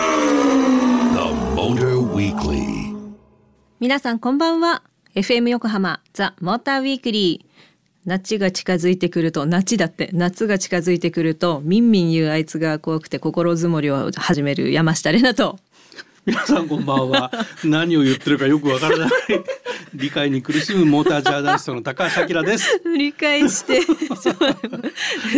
The Motor Weekly. 皆さんこんばんは FM 横浜ザ・モーターウィークリー夏が近づいてくると夏だって夏が近づいてくるとみんみん言うあいつが怖くて心づもりを始める山下玲奈と皆さんこんば んは何を言ってるかよくわからない理解に苦しむモータージャーナリストの高橋明です振り返して ちょっと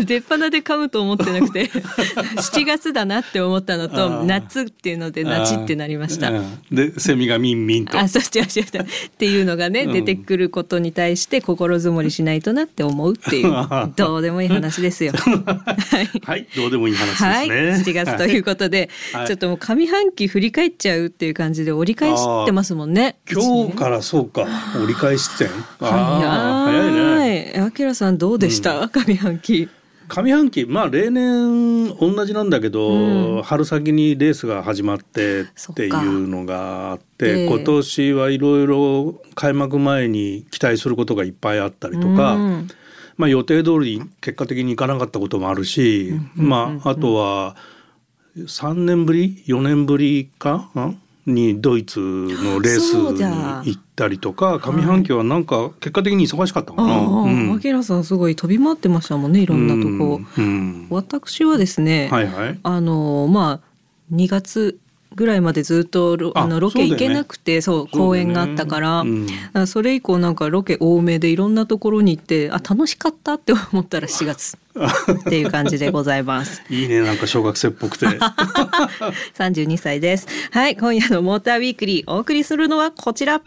出っ放で噛むと思ってなく て7月だなって思ったのあとー夏っていうの でナチってなりましたあーうんでセミがミンミンとあそう違う違う違うっていうのがね、うん出てくることに対して心づもりしないとなって思うって いうどうでもいい話ですよはいはいどうでもいいは話い、です7ね、月ということで、はいちょっともう上半期振り返っちゃうっていう感じで折り返してますもんね。今日からそうか折り返し地点あ早ー早いいねね。あきらさんどうでした、上半期。上半期まあ例年同じなんだけど、うん春先にレースが始まってっそっかていうのがあっええて今年はいろいろ開幕前に期待することがいっぱいあったりとか、うんまあ、予定通りに結果的にいかなかったこともあるし、まあ、あとは3年ぶり4年ぶりかんにドイツのレースそうにだ行ったりとか上半期はなんか結果的に忙しかったかな。ああ、あきらさんすごい飛び回ってましたもんね、いろんなとこ。うんうん私はですね、はいはい、あのまあ2月ぐらいまでずっとロああのロケそ行うだけよねなくて、そう,、公演があったから。うんあそれ以降なんかロケ多めでいろんなところに行ってあ楽しかったって思ったら4月 っていう感じでございますいいねなんか小学生っ ぽくて32歳ですはい今夜のモーターウィークリーお送りするのはこちら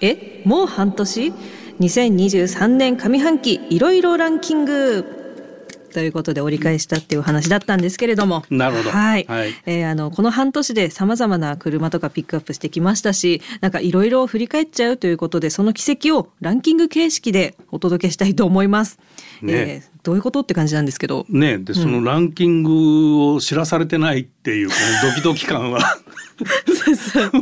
えもう半年2023年上半期いろいろランキングということで折り返したっていう話だったんですけれどもなるほどはい、はいえーあのこの半年でさまざまな車とかピックアップしてきましたしなんかいろいろ振り返っちゃうということでその軌跡をランキング形式でお届けしたいと思います、ねえーどういうことって感じなんですけどねでそのランキングを知らされてないっていうこのドキドキ感は そうそう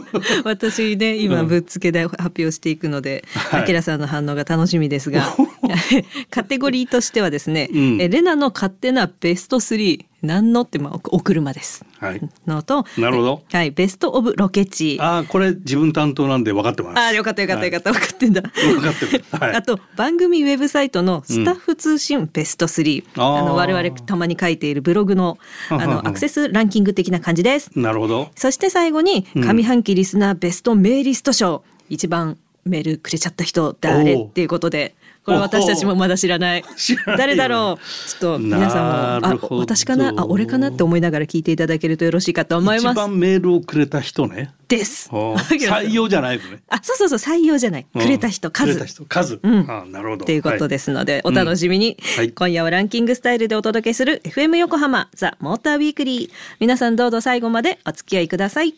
私ね今うんぶっつけで発表していくので、はいあきらさんの反応が楽しみですが カテゴリーとしてはですね、うんえレナの勝手なベスト3何のって、まあ、おお車ですはいのとなるほどはい、ベスト・オブ・ロケ地ああこれ自分担当なんで分かってますあーよかったよかったよかった、分かってんだ。分かってますはいあと番組ウェブサイトのスタッフ通信ベスト3、あーあの我々たまに書いているブログのあははのはアクセスランキング的な感じです。なるほど。そして最後にうん上半期リスナーベストメールリスト賞、一番メールくれちゃった人誰おうっていうことでこれ私たちもまだ知らない知らないよ誰だろうちょっと皆さんもなるあほど私かなあ俺かなって思いながら聞いていただけるとよろしいかと思い一ます。番メールをくれた人ね。です。おー採用じゃないのね。あそうそうそう採用じゃないうんくれた人くれ数た人数。うんあーなるほど。。ということですすので、お楽しみに、はい今夜はランキングスタイルでお届けする FM 横浜ザ・モーターウィークリー皆さんどうぞ最後までお付き合いください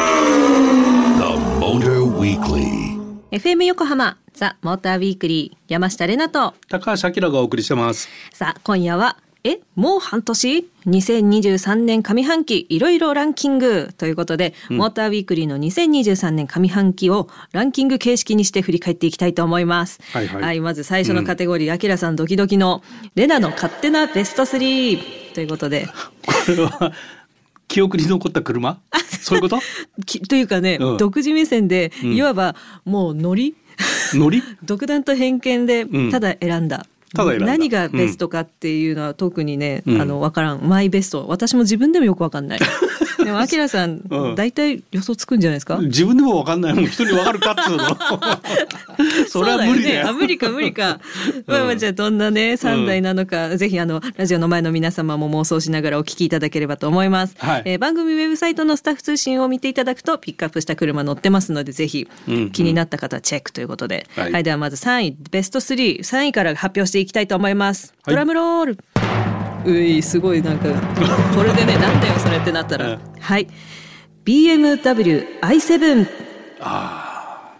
The Motor Weekly. FM 横浜ザ・モーターウィークリー山下れなと高橋明がお送りしてます。さあ今夜はえもう半年2023年上半期いろいろランキングということで、モーターウィークリーの2023年上半期をランキング形式にして振り返っていきたいと思います。はいはいまず最初のカテゴリー、あきらさんドキドキのレナの勝手なベスト3ということで、これは記憶に残っ た車？そういうこと？きというかね、うん独自目線で、いわばもうノリ乗り？独断と偏見でうんただ選んだ。ただ選んだ何がベストかっていうのは特にね、うんあの分からんマイベスト私も自分でもよく分かんない でもあきらさんうん大体、予想つくんじゃないですか自分でもわかんないもん。人にわかるかっ つうの。それは無理そうだよ。よねあ無理か無理 か、まあまあじゃあどんなね3台なのか、ぜひあのラジオの前の皆様も妄想しながらお聞きいただければと思います、はいえー番組ウェブサイトのスタッフ通信を見ていただくとピックアップした車載ってますのでぜひうんうん気になった方はチェックということで、は、はいいではまず3位ベスト33位から発表していきたいと思います、はいドラムロールういすごいなんかこれでねなんだよそれってなったら、うんはい BMW i7 は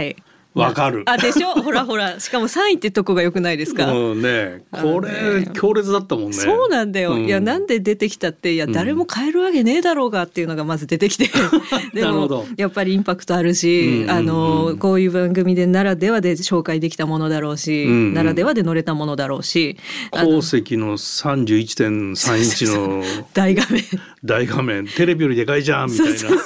いわかる。あでしょ ほらほらしかも3位ってとこが良くないですか、うんね、こあのれね強烈だったもんね。そうなんだよ、うんいやなんで出てきたっていやうん誰も変えるわけねえだろうがっていうのがまず出て きてでなるほもどやっぱりインパクトあるし、うんあうんうのんこういう番組でならではで紹介できたものだろうし、うんうんならではで乗れたものだろうしあの鉱石の三十一点三インチの 大画 面大画面、テレビよりでかいじゃんみたいな。そうそう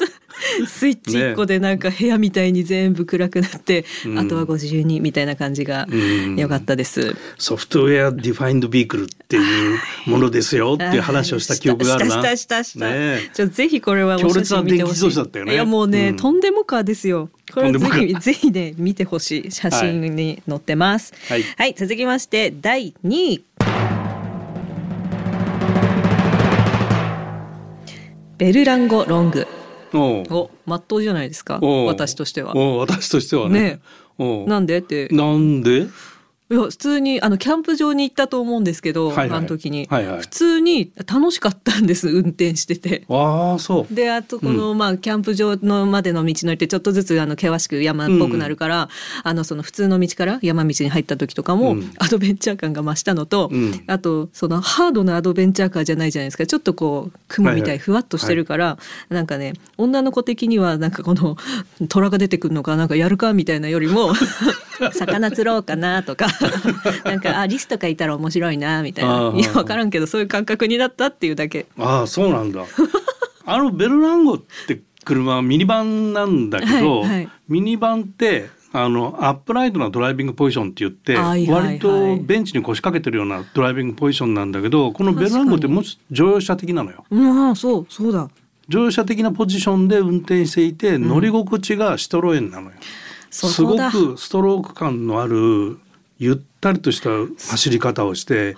スイッチ1個でなんか部屋みたいに全部暗くなって、うんあとはご自由にみたいな感じがうん良かったです。ソフトウェアディファインドビークルっていうもので すよっていう話をした記憶があるしな。たしたしたしたねえじゃあぜひこれはお写真見てほしい強烈な電気自動車だったよねいやもうね、うんとんでもかですよ。これはぜとんでひ もぜひね見てほしい写真に載ってます。はい続きまして第2位。ベルランゴロング。おうお、まっとうじゃないですか。おう私としては。おう私としてはねね。おうなんでって。なんで？いや普通にあのキャンプ場に行ったと思うんですけど、はいはいあの時に、はいはい普通に楽しかったんです運転してて。ああそう。であとこの、まあ、キャンプ場のまでの道のりってちょっとずつあの険しく山っぽくなるから、あのその普通の道から山道に入った時とかも、うんアドベンチャー感が増したのと、うんあとそのハードなアドベンチャーカーじゃないじゃないですかちょっとこう雲みはいたはいいふわっとしてるから、なんかね女の子的にはなんかこの虎が出てくるのかなんかやるかみたいなより も魚釣ろうかなとかなんかあリスとかいたら面白いなみたいなあーいや分からんけどそういう感覚になったっていうだけ。ああそうな んだ。あのベルランゴって車ミニバンなんだけど、はいはいミニバンってあのアップライトなドライビングポジションって言って、はいはいはい割とベンチに腰掛けてるようなドライビングポジションなんだけどこのベルランゴってもうちょっと乗用車的なのよ。うん、そうそうだ乗用車的なポジションで運転していて、乗り心地がシトロエンなのよ。そうすごだくストローク感のあるゆったりとした走り方をして、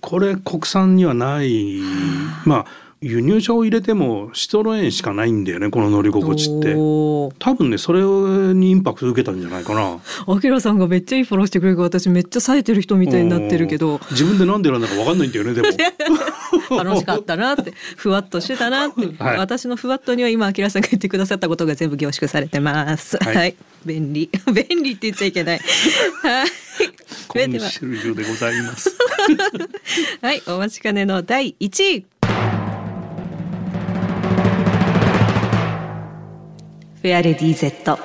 これ国産にはないまあ輸入車を入れてもシトロエンしかないんだよねこの乗り心地っておー多分ねそれにインパクト受けたんじゃないかなアキラさんがめっちゃいいフォローしてくれるから私めっちゃ冴えてる人みたいになってるけうどん自分でなんで選んだか分かんないんだよ ねでも楽しかったなってふわっとしてたなって、 はい私のふわっとには今アキラさんが言ってくださったことが全部凝縮されてますは、はいい便利 便利って言っちゃいけないはいそコれンではシェルジュでございますはいお待ちかねの第1位フェアレディ Z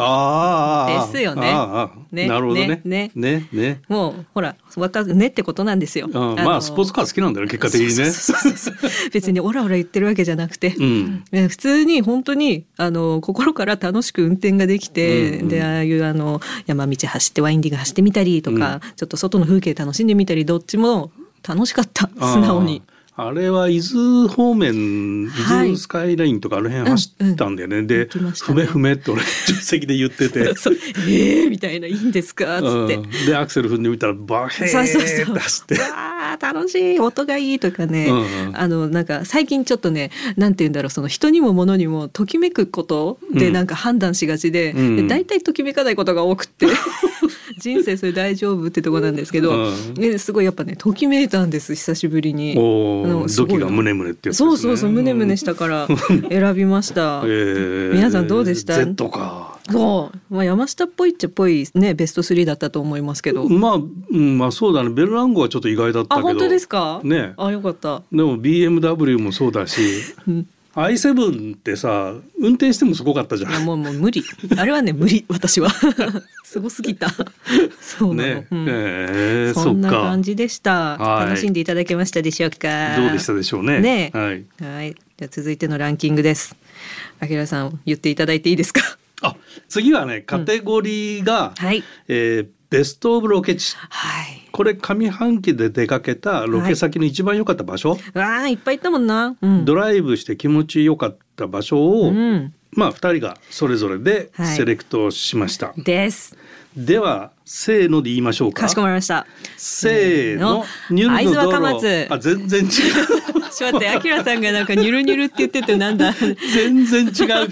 あーあーあーですよねあーあーねなるほどねねねねもうほらわかるねってことなんですよ、うんまあスポーツカー好きなんだよね結果的にねそうそうそう そう別にオラオラ言ってるわけじゃなくて、うんね普通に本当にあの心から楽しく運転ができて、うんうんでああいうあの山道走ってワインディング走ってみたりとか、うんちょっと外の風景楽しんでみたりどっちも楽しかった素直に。あーあれは伊豆方面伊はい豆スカイラインとかあの辺走ったんだよね、で、行きましたふねめふめって俺助手席で 言っててそうえー、みたいな「いいんですか?」っつって。うんでアクセル踏んでみたらバヘそうそうーそっう。て走っ てうわあ楽しい音がいいとかね、うんうんあのなんか最近ちょっとねなんて言うんだろうその人にも物にもときめくことでうんなんか判断しがちで,、うんで大体ときめかないことが多くって 人生それ大丈夫ってとこなんですけど、うんね、すごいやっぱねときめいたんです久しぶりに。おあーのす土ごい器がムネムネってやつですねそうそうそうムネムネしたから 選びました。うんえー皆さんどうでした Z かそう、まあ、山下っぽいっちゃっぽいねベスト3だったと思いますけど。まあ、うん、まあそうだねベルランゴはちょっと意外だったあけど本当ですか。ねあよかった。でも BMW もそうだしうん。 i7 ってさ運転してもすごかったじゃいんやもうもう無理。あれはね無理私 は。すごすぎた。そうなの。ね、うんえーそんなっか感じでした。はい楽しんでいただけましたでしょうか。どうでしたでしょうね。ねはい。はい。じゃあ続いてのランキングです。あきらさん言っていただいていいですか。あ、次はね、カテゴリーが、はい。えーベストオブロケ地。はい。これ上半期で出かけたロケ先の一番良かった場所、わあいっぱい行ったもんな。うん。ドライブして気持ち良かった場所を、うん。まあ2人がそれぞれではいセレクトしました、です。ではせーので言いましょうかかしこまりました。せーのせーのニュルの 会津道路若松あ全然違うちょっと待って、アキラさんがなんかニュルニュルって言っててなんだ。全然違うじゃん。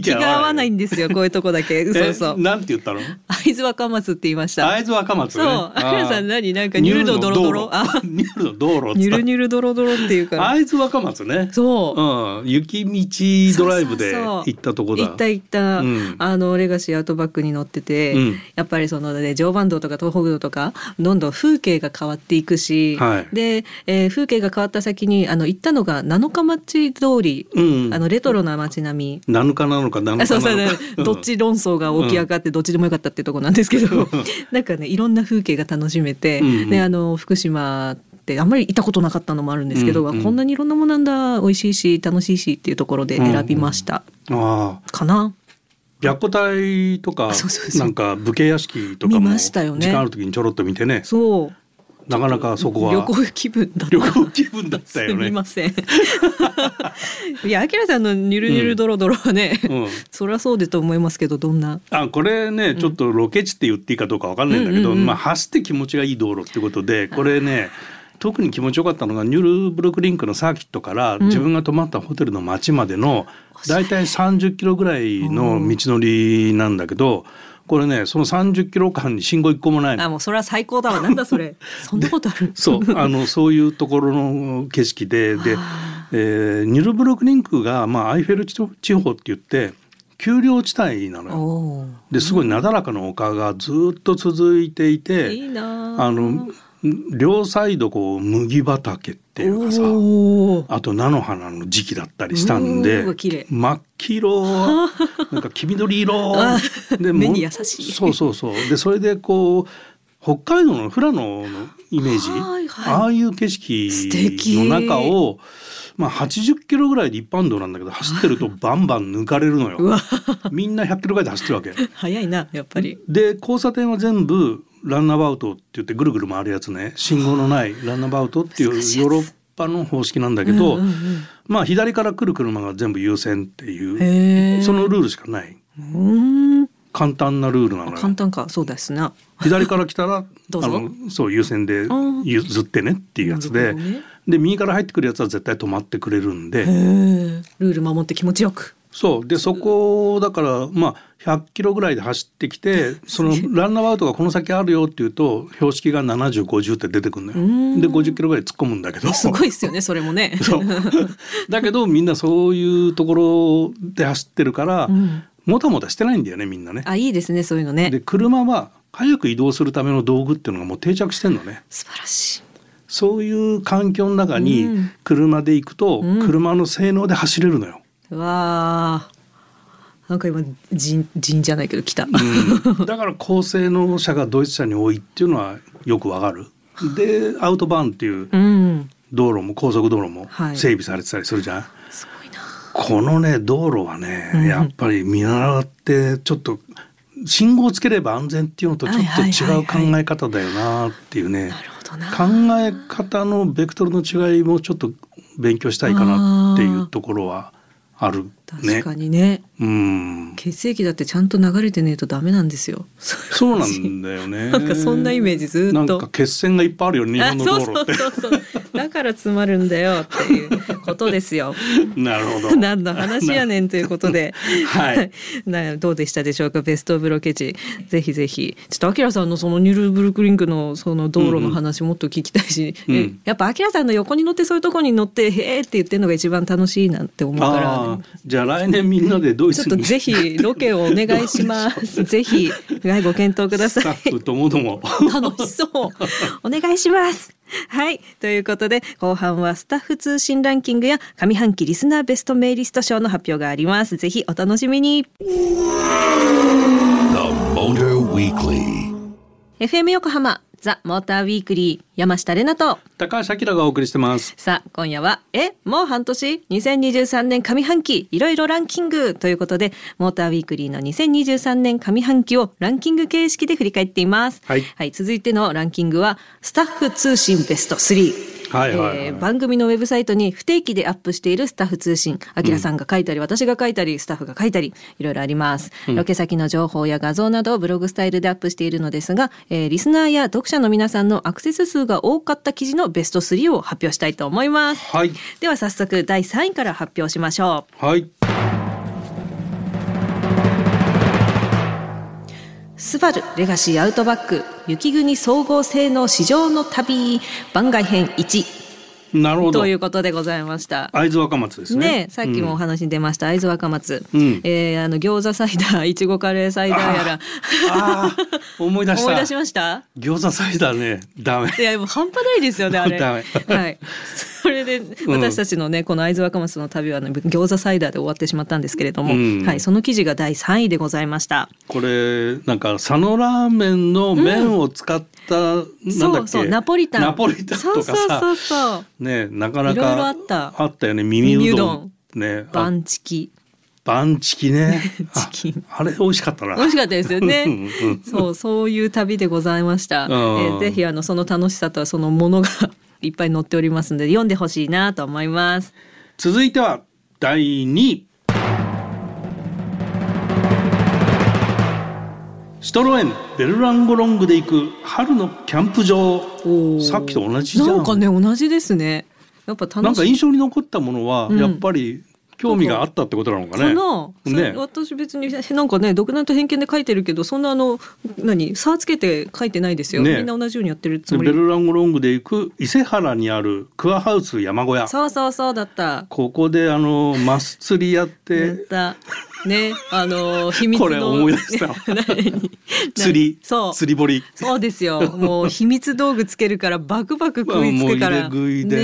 気見が合わないんですよ、こういうとこだけ。嘘え嘘。なんて言ったの？会津若松って言いました。会津若松ね。そうアキラさん何なんかニュルのドロドロあニュルの道路。ニュルニュルドロドロっていうから。会津若松ね。そう。うん、雪道ドライブで行ったとこだ。行った行った、うんあのレガシーアウトバックに乗ってて、うんやっぱりそのね常磐道とか東北道とかどんどん風景が変わっていくし、はいで、えー風景が変わった先にあの行ったのが七日町通り、うんあのレトロな街並み、 7日なのか7日なのか。あそうそうねどっち論争が起き上がってどっちでもよかったっていうところなんですけど、なんかねいろんな風景が楽しめて、うんであの福島ってあんまり行ったことなかったのもあるんですけど、うんうんあこんなにいろんなものなんだ美味しいし楽しいしっていうところで選びました、ああ、かな。白虎隊とかあそうそうそうなんか武家屋敷とか見もま時したよね間ある時にちょろっと見てね。そうなかなかそこは旅行気分だった。旅行気分だったよすみね。ません。 いや、あきらさんのニュルニュルドロドロはね、うんそりゃそうでと思いますけど、どんな。あこれねちょっとロケ地って言っていいかどうかわかんないんだけうど、んうんうんまあ、走って気持ちがいい道路ってこと でこれね特に気持ちよかったのがニュルブルクリンクのサーキットから自分が泊まったホテルの町までのだいたい30キロぐらいの道のりなんだけどこれねその30キロ間に信号一個もないのあ、もうそれは最高だわ。なんだそれ。そんなことある。 そうあのそういうところの景色でで、えーニュルブルクリンクが、まあ、アイフェル地方地方って言って丘陵地帯なのよ。おーですごいなだらかな丘がずっと続いていていいなああの両サイドこう麦畑っていうかさおーあと菜の花の時期だったりしたんでうわ綺麗真っ黄 色なんか黄緑色あで目もに優しいそうそうそうでそれでこう北海道の富良野のイメージ、はいはいああいう景素敵色の中を、まあ、80キロぐらいで一般道なんだけど走ってるとバンバン抜かれるのうよ。わ、みんな100キロぐらいで走ってるわけ。早いな、やっぱり。で交差点は全部ランナーバウトって言ってぐるぐる回るやつね信号のないランナーバウトっていうヨ難しいやつーロッパの方式なんだけど、うんうんうんまあ左から来る車が全部優先っていうへえ。そのルールしかないうーん。簡単なルールなの簡よ単か、そうですな。左から来たら どうぞのそう優先でん譲ってねっていうやつで、なるほどねで右から入ってくるやつは絶対止まってくれるんへで、え。ルール守って気持ちよく。そうでそこをだからまあ100キロぐらいで走って きてそのランナーアウトがこの先あるよっていうと標識が7050って出てくるのんよ。で50キロぐらい突っ込むんだけどすごいですよね、それも ね。そうだけどみんなそういうところで走ってるから、んもたもたしてないんだよねみんなね。あ、いいですね、そういうのね。で車は早く移動するための道具っていうのがもう定着してんのね。素晴らしい。そういう環境の中にうん車で行くとうん車の性能で走れるのよ。うわあ。なんか今、じん、じんじゃないけど、来た。うんだから高性能車がドイツ車に多いっていうのはよくわかる。でアウトバーンっていううん。道路も高速道路もはい整備されてたりするじゃん。すごいな。このね道路はね、うんやっぱり見習ってちょっと信号をつければ安全っていうのとちょっと違う考え方だよなっていうなねるほどな。考え方のベクトルの違いもちょっと勉強したいかなっていうところはあるね確。かにね。うん血液だってちゃんと流れてねえとダメなんですよ。そうなんだよね。 なんかそんなイメージずっとなんか血栓がいっぱいあるよね日あ本の道そうそ路っ てう。そうそう。だから詰まるんだよっていうことですよ。なるほど。、何の話やねんということではい、 などうでしたでしょうかベストオブロケ地ぜひぜひちょっとアキラさんのそのニュルブルクリンクのその道路の話もっと聞きたいし、うんうんえうんやっぱアキラさんの横に乗ってそういうとこに乗って「へえ」って言ってるのが一番楽しいなって思うから、ああ、じゃあ来年みんなでドイちょっツとにぜひロケをお願いし ます。ぜひ、はい、ご検討くだスタさい。ッフともど も。楽しそう。お願いします。はい。ということで、後半はスタッフ通信ランキングや上半期リスナーベストメイリスト賞の発表があります。ぜひお楽しみに。 The Motor Weekly. FM 横浜ザ・モーターウィークリー山下れなと。高橋明がお送りしてます。さあ、今夜は、え、もう半年 ?2023 年上半期、いろいろランキングということで、モーターウィークリーの2023年上半期をランキング形式で振り返っています。はい続いてのランキングは、スタッフ通信ベスト3。はいはいはいえー番組のウェブサイトに不定期でアップしているスタッフ通信。あきらさんが書いたり、私が書いたり、スタッフが書いたり、いろいろあります。ロケ先の情報や画像などをブログスタイルでアップしているのですが、えーリスナーや読者の皆さんのアクセス数が多かった記事のベスト3を発表したいと思いますはいでは早速第3位から発表しましょうはいスバルレガシーアウトバック雪国総合性能市場の旅番外編1なるほどということでございました会津若松ですねねさっきもお話に出ました、会津若松、うんえーあの餃子サイダー いちごカレーサイダーやら あー思い出した思い出しました餃子サイダーねダメいやもう半端ないですよねあれダはメいそれで私たちのねこの会津若松の旅は、ね、餃子サイダーで終わってしまったんですけれども、うんはい、その記事が第3位でございましたこれなんか佐野ラーメンの麺を使った、なんだっけそうそうナポリタンナポリタンとそうかさそうそうそうねなかないろいろかあったあったよね耳うどんねあバンチキバンチキ ねチキンああれ美味しかった な美味しかったですよねうんうん。そう、そういう旅でございました。えんーぜひあのその楽しさとそのものがいっぱい載っておりますので読んでほしいなと思います。続いては第2位シトロエンベルランゴロングで行く春のキャンプ場おーさっきと同じじゃんなんかね同じですね。やっぱなん楽かしい。印象に残ったものは、んやっぱり興味があったってことなのかかね。な、それね私別になんかね独断と偏見で書いてるけどそんなあの何差つけて書いてないですよ、ねみんな同じようにやってるつでもベりルランゴロングで行く伊勢原にあるクアハウス山小屋。そうそうそうだったここであのマス釣りややっってたねあの秘密のこれ思い出した何釣りそう釣り堀。そうですよ。もう秘密道具つけるからバクバク食いつもうく入かれら。食いでね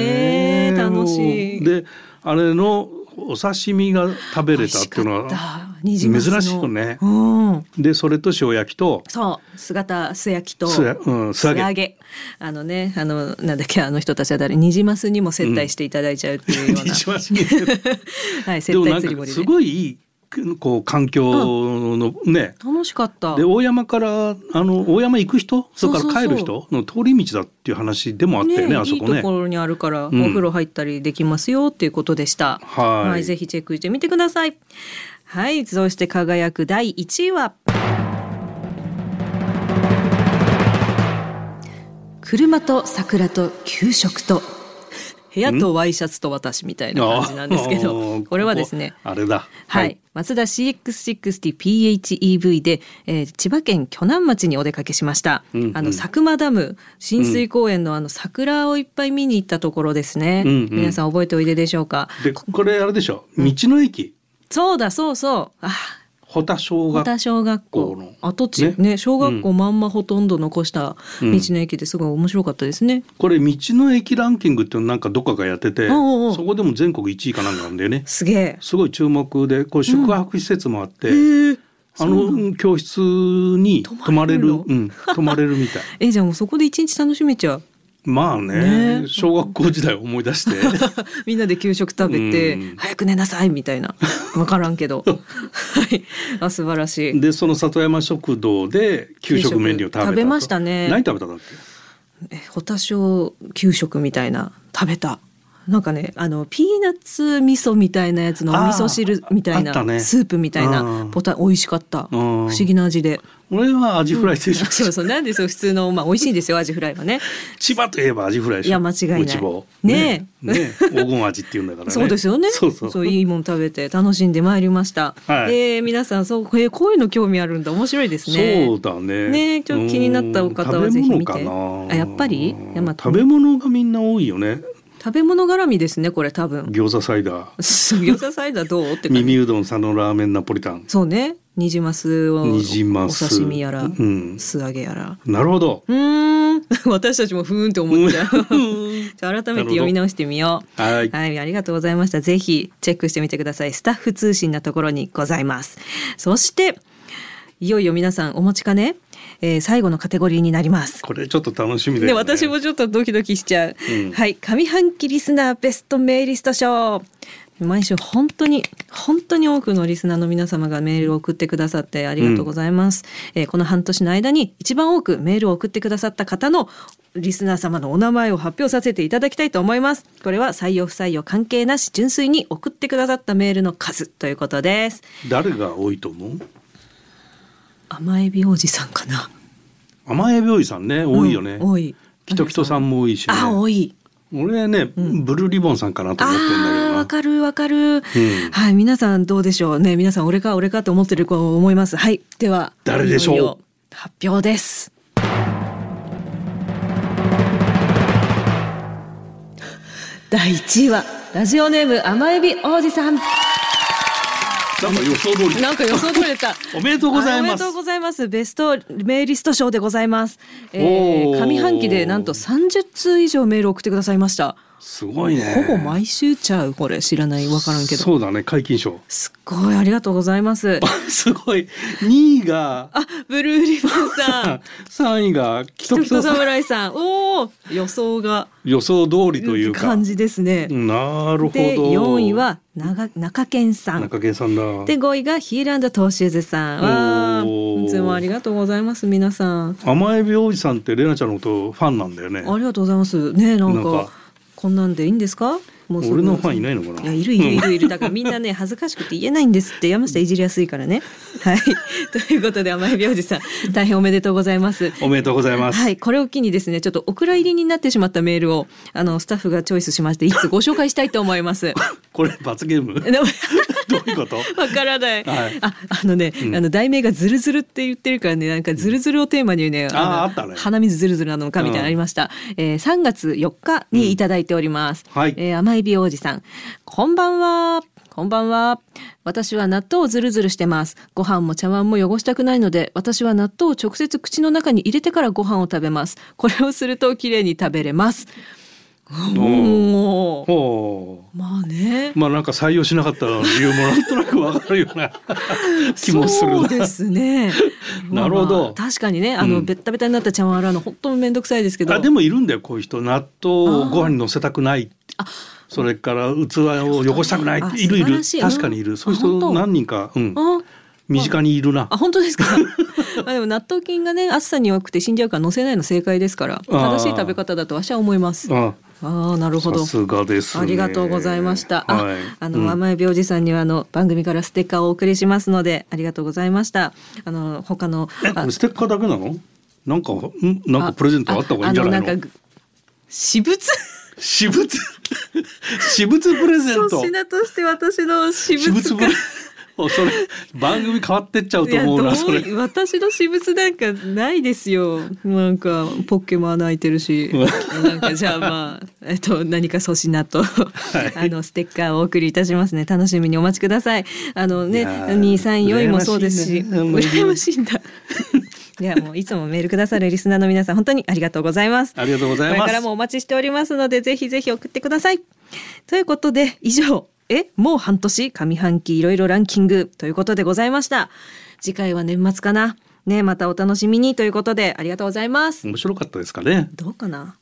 え楽しい。もうであれのお刺身が食べ美れ味たっしてかいうっのは。た。ニジマスの珍しいよねうん。でそれと塩焼きとそう姿素焼きと素やうん素揚げあのねあのなんだっけあの人たちは誰ニジマスにも接待していただいちゃうっていうような、一番好きではい接でもな待ん釣りか堀すでごいいいこう環境のね楽しかったで大山からあの大山行く人それかそうそうらそう帰る人の通り道だっていう話でもあったよねあそこいいとねころにあるから、んお風呂入ったりできますよっていうことでした。はいぜひチェックしてみてください。はい、そして輝く第1位は。車と桜と給食と。部屋とワイシャツと私みたいな感じなんですけあど、ーこれはですねこ。こあれだはい、マツダ CX60PHEV で、えー千葉県鋸南町にお出かけしました、うんうんあの佐久間ダム浸水公園のあの桜をいっぱい見に行ったところですね、うんうん皆さん覚えておいででしょうかでこれあれでしょ道の駅そうだそうそうあ保田小小学田小学校小学校の跡地ねね小学校まんまほとんど残した道の駅ですごい面白かったですね、これ道の駅ランキングっていうのなんかどっかがやってておうおうおうそこでも全国1位かなんかなんだよねすげえすごい注目でこれ宿泊施設もあって、あの教室に泊泊ままれれるるのうん、泊まれる みたいえじゃあもうそこで一日楽しめちゃうまあねね小学校時代を思い出して みんなで給食食べてうん早く寝なさいみたいな分からんけ どはいあ素晴らしいでその里山食堂で給食メニューを食べたと食べましたね何食べたんだっけえホタショ給食みたいな食べたなんかねあのピーナッツ味噌みたいなやつのお味噌汁みたいあなーあったねスープみたいなうんポタ美味しかった不思議な味 で 俺はアジフライ定食、そうそうなんでそう普通のまあ美味しいんですよアジフライはね 千葉といえばアジフライでしょいや間違いない内房ねえねね黄金味っていうんだからねそうですよねそうそういいもん食べて楽しんでまいりました、はいえー皆さんそうこういうこういうの興味あるんだ面白いですねそうだね。ねちょっと気になったお方はぜひ見てうん食べ物かなあやっぱりいやまあ食べ物がみんな多いよね。食べ物絡みですねこれ多分餃子サイダー、 餃子サイダーどうって感じ耳うどん、佐野ラーメン、ナポリタン。そうね、ニジマスをニジマスお刺身やら、うん素揚げやら。なるほど。うーん、 私たちもふーんって思っちゃう。 じゃあ改めて読み直してみよう。はいありがとうございました。ぜひチェックしてみてください。スタッフ通信なところにございます。そして、いよいよ皆さんお持ちかね、えー最後のカテゴリーになります。これちょっと楽しみでです、ね。私もちょっとドキドキしちゃう、うんはい上半期リスナーベストメイリスト賞毎週本当に本当に多くのリスナーの皆様がメールを送ってくださってありがとうございます、えーこの半年の間に一番多くメールを送ってくださった方のリスナー様のお名前を発表させていただきたいと思いますこれは採用不採用関係なし純粋に送ってくださったメールの数ということです誰が多いと思う？甘エビ王子さんかな甘え病院さんね多いよね。うん多いキトキトさんも多いし、ね、あ多い俺ね、ブルーリボンさんかなと思ってんだけどあーなわかるわかる、んはい皆さんどうでしょうね皆さん俺か俺かと思ってると思いますはいでは誰でしょういよいよ発表です第1位はラジオネーム甘エビ王子さんなんか予想通りなんか予想取れたおめでとうございあおめまですとうございます。ベストメールリスト賞でございます。えおー、ー上半期でなんと30通以上メールを送ってくださいました。すごいねほぼ毎週ちゃうこれ知らないわからんけど。そうだね解禁賞 すっごいありがとうございます。すごい2位があ、ブルーリボ ンさん。 3位がキト人キト々さん侍さん。おお、予想が予想通りというか感じですね。なるほどで、4位は長中健さん。中堅さんだで、5位がヒーランドトーシューズさん。わあ、おーいつもありがとうございます皆さん。甘えびおじさんってレナちゃんのことファンなんだよねありがとうございます。ね、なんかなんかこんなんでいいんですか？もそん俺のファンいないのかないやいるいるいるいるだからみんなね恥ずかしくて言えないんですって山下いじりやすいからね。はい。ということで甘えびおじさん大変おめでとうございます。おめでとうございます、はい、これを機にですねちょっとお蔵入りになってしまったメールをあのスタッフがチョイスしましていつご紹介したいと思い ます。これ罰ゲーム どでもういうことわからない。はいあ、あのね、んあの題名がズルズルって言ってるからね、なんかズルズルをテーマにね、のあーあったね鼻水ズルズルなのかみたいなのありました。えー、3月4日にいただいております。うんはいえー甘エビ王子さん、こんばんは。こんばんは。私は納豆をズルズルしてます。ご飯も茶碗も汚したくないので、私は納豆を直接口の中に入れてからご飯を食べます。これをすると綺麗に食べれます。おもおう、まあね。まあなんか採用しなかった理由もなんとなくわかるよ うな気もするそな。うですね なるほどまあ確かにね、あの、うんベッタベタになった茶碗洗うの本当めんどくさいですけど。あでもいるんだよこういう人納豆をご飯に乗せたくないそれから器を汚したくないあいるいる素晴らしい確かにいるそういうあ本人当何人か、うん、あ、身近にいるなあ本当ですか。 まあでも納豆菌がね暑さに弱くて死んじゃうから乗せないの正解ですから正しい食べ方だと私は思います。あああなるほさど。すがですねありがとうございました。あ、はいあうんの、甘え病児さんにはあの番組からステッカーをお送りしますので、ありがとうございました。あの他の、えこあれステッカーだけなのなんかんなんかプレゼントあった方がいいんじゃないのああのなんか私物。私物 私物プレゼン粗ト品として私の私私物物プかレ おそれ番組変わってっちゃういとや思うどなうそれい私の私物なんかないですよなんかポッケも穴開いてるしなんかじゃあまあ、えっと、何か粗品と、あのステッカーをお送りいたしますね楽しみにお待ちくださいあのいねやー234位もそうですし羨ましいね羨ましいんだいやもういつもメールくださるリスナーの皆さん本当にありがとうございますありがとうございますこれからもお待ちしておりますのでぜひぜひ送ってくださいということで以上えもう半年上半期いろいろランキングということでございました次回は年末かなねまたお楽しみにということでありがとうございます面白かったですかねどうかな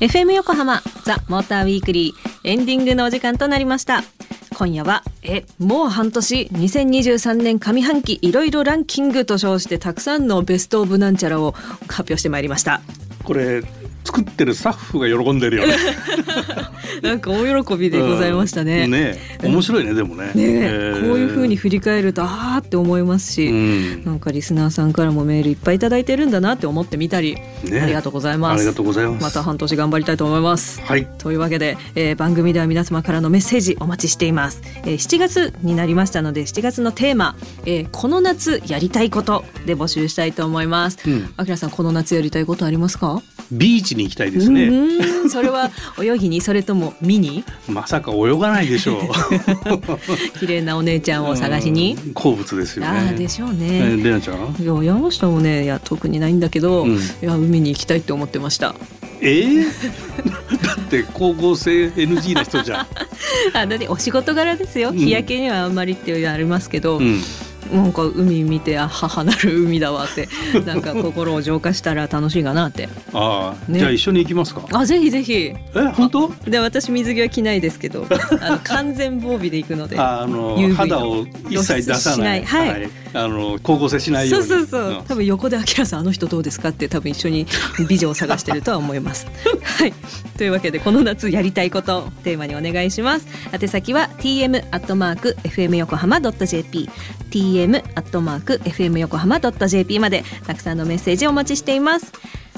FM 横浜ザ・モーターウィークリーエンディングのお時間となりました今夜はえもう半年2023年上半期いろいろランキングと称してたくさんのベストオブなんちゃらを発表してまいりましたこれ作ってるスタッフが喜んでるよね なんか大喜び でございましたね。うんね面白いねでもねねえーこういう風に振り返るとあーって思いますし、うんなんかリスナーさんからもメールいっぱいいただいてるんだなって思ってみたり、ねありがとうございます。ありがとうございますまた半年頑張りたいと思います。はいというわけで、えー番組では皆様からのメッセージお待ちしています、えー7月になりましたので7月のテーマ、えーこの夏やりたいことで募集したいと思いますうんあきらさんこの夏やりたいことありますかビーチに行きたいですね、うーんそれは泳ぎにそれとも見にまさか泳がないでしょう綺麗 なお姉ちゃんを探しに。うん好物ですよあねあでしょうね。えーレナちゃんいや山下もねいや特にないんだけど、うんいや海に行きたいって思ってました。え ー、だって光合成 NG な人じゃん、あだってお仕事柄ですよ。うん日焼けにはあんまりっていうのはありますけど、うん、なんか海見てあ母なる海だわ ってなんか心を浄化したら楽しいかなって。ああ、ねじゃあ一緒に行きますかあぜひぜひ。え本当で私水着は着ないですけどあの完全防備で行くので。 ああの UV の肌を一切出露出さないしないはいあの光合成しないよそううにそうそう、ん多分横で「あきらさんあの人どうですか?」って多分一緒に美女を探してるとは思い ます。はい、というわけでこの夏やりたいことをテーマにお願いします。宛先は tm アットマーク fm 横浜 .jp tm am アットマーク fm 横浜 .jp までたくさんのメッセージお待ちしています。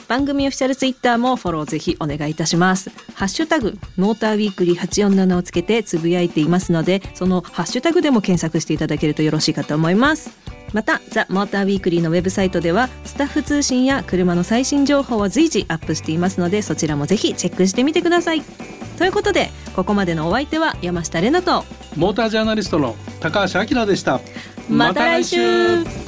番組オフィシャルツイッターもフォローぜひお願いいたします。ハッシュタグモーターウィークリー847をつけてつぶやいていますので、そのハッシュタグでも検索していただけるとよろしいかと思います。また、ザ・モーターウィークリーのウェブサイトでは、スタッフ通信や車の最新情報を随時アップしていますので、そちらもぜひチェックしてみてください。ということで、ここまでのお相手は山下れなと、モータージャーナリストの高橋明でしたまた来週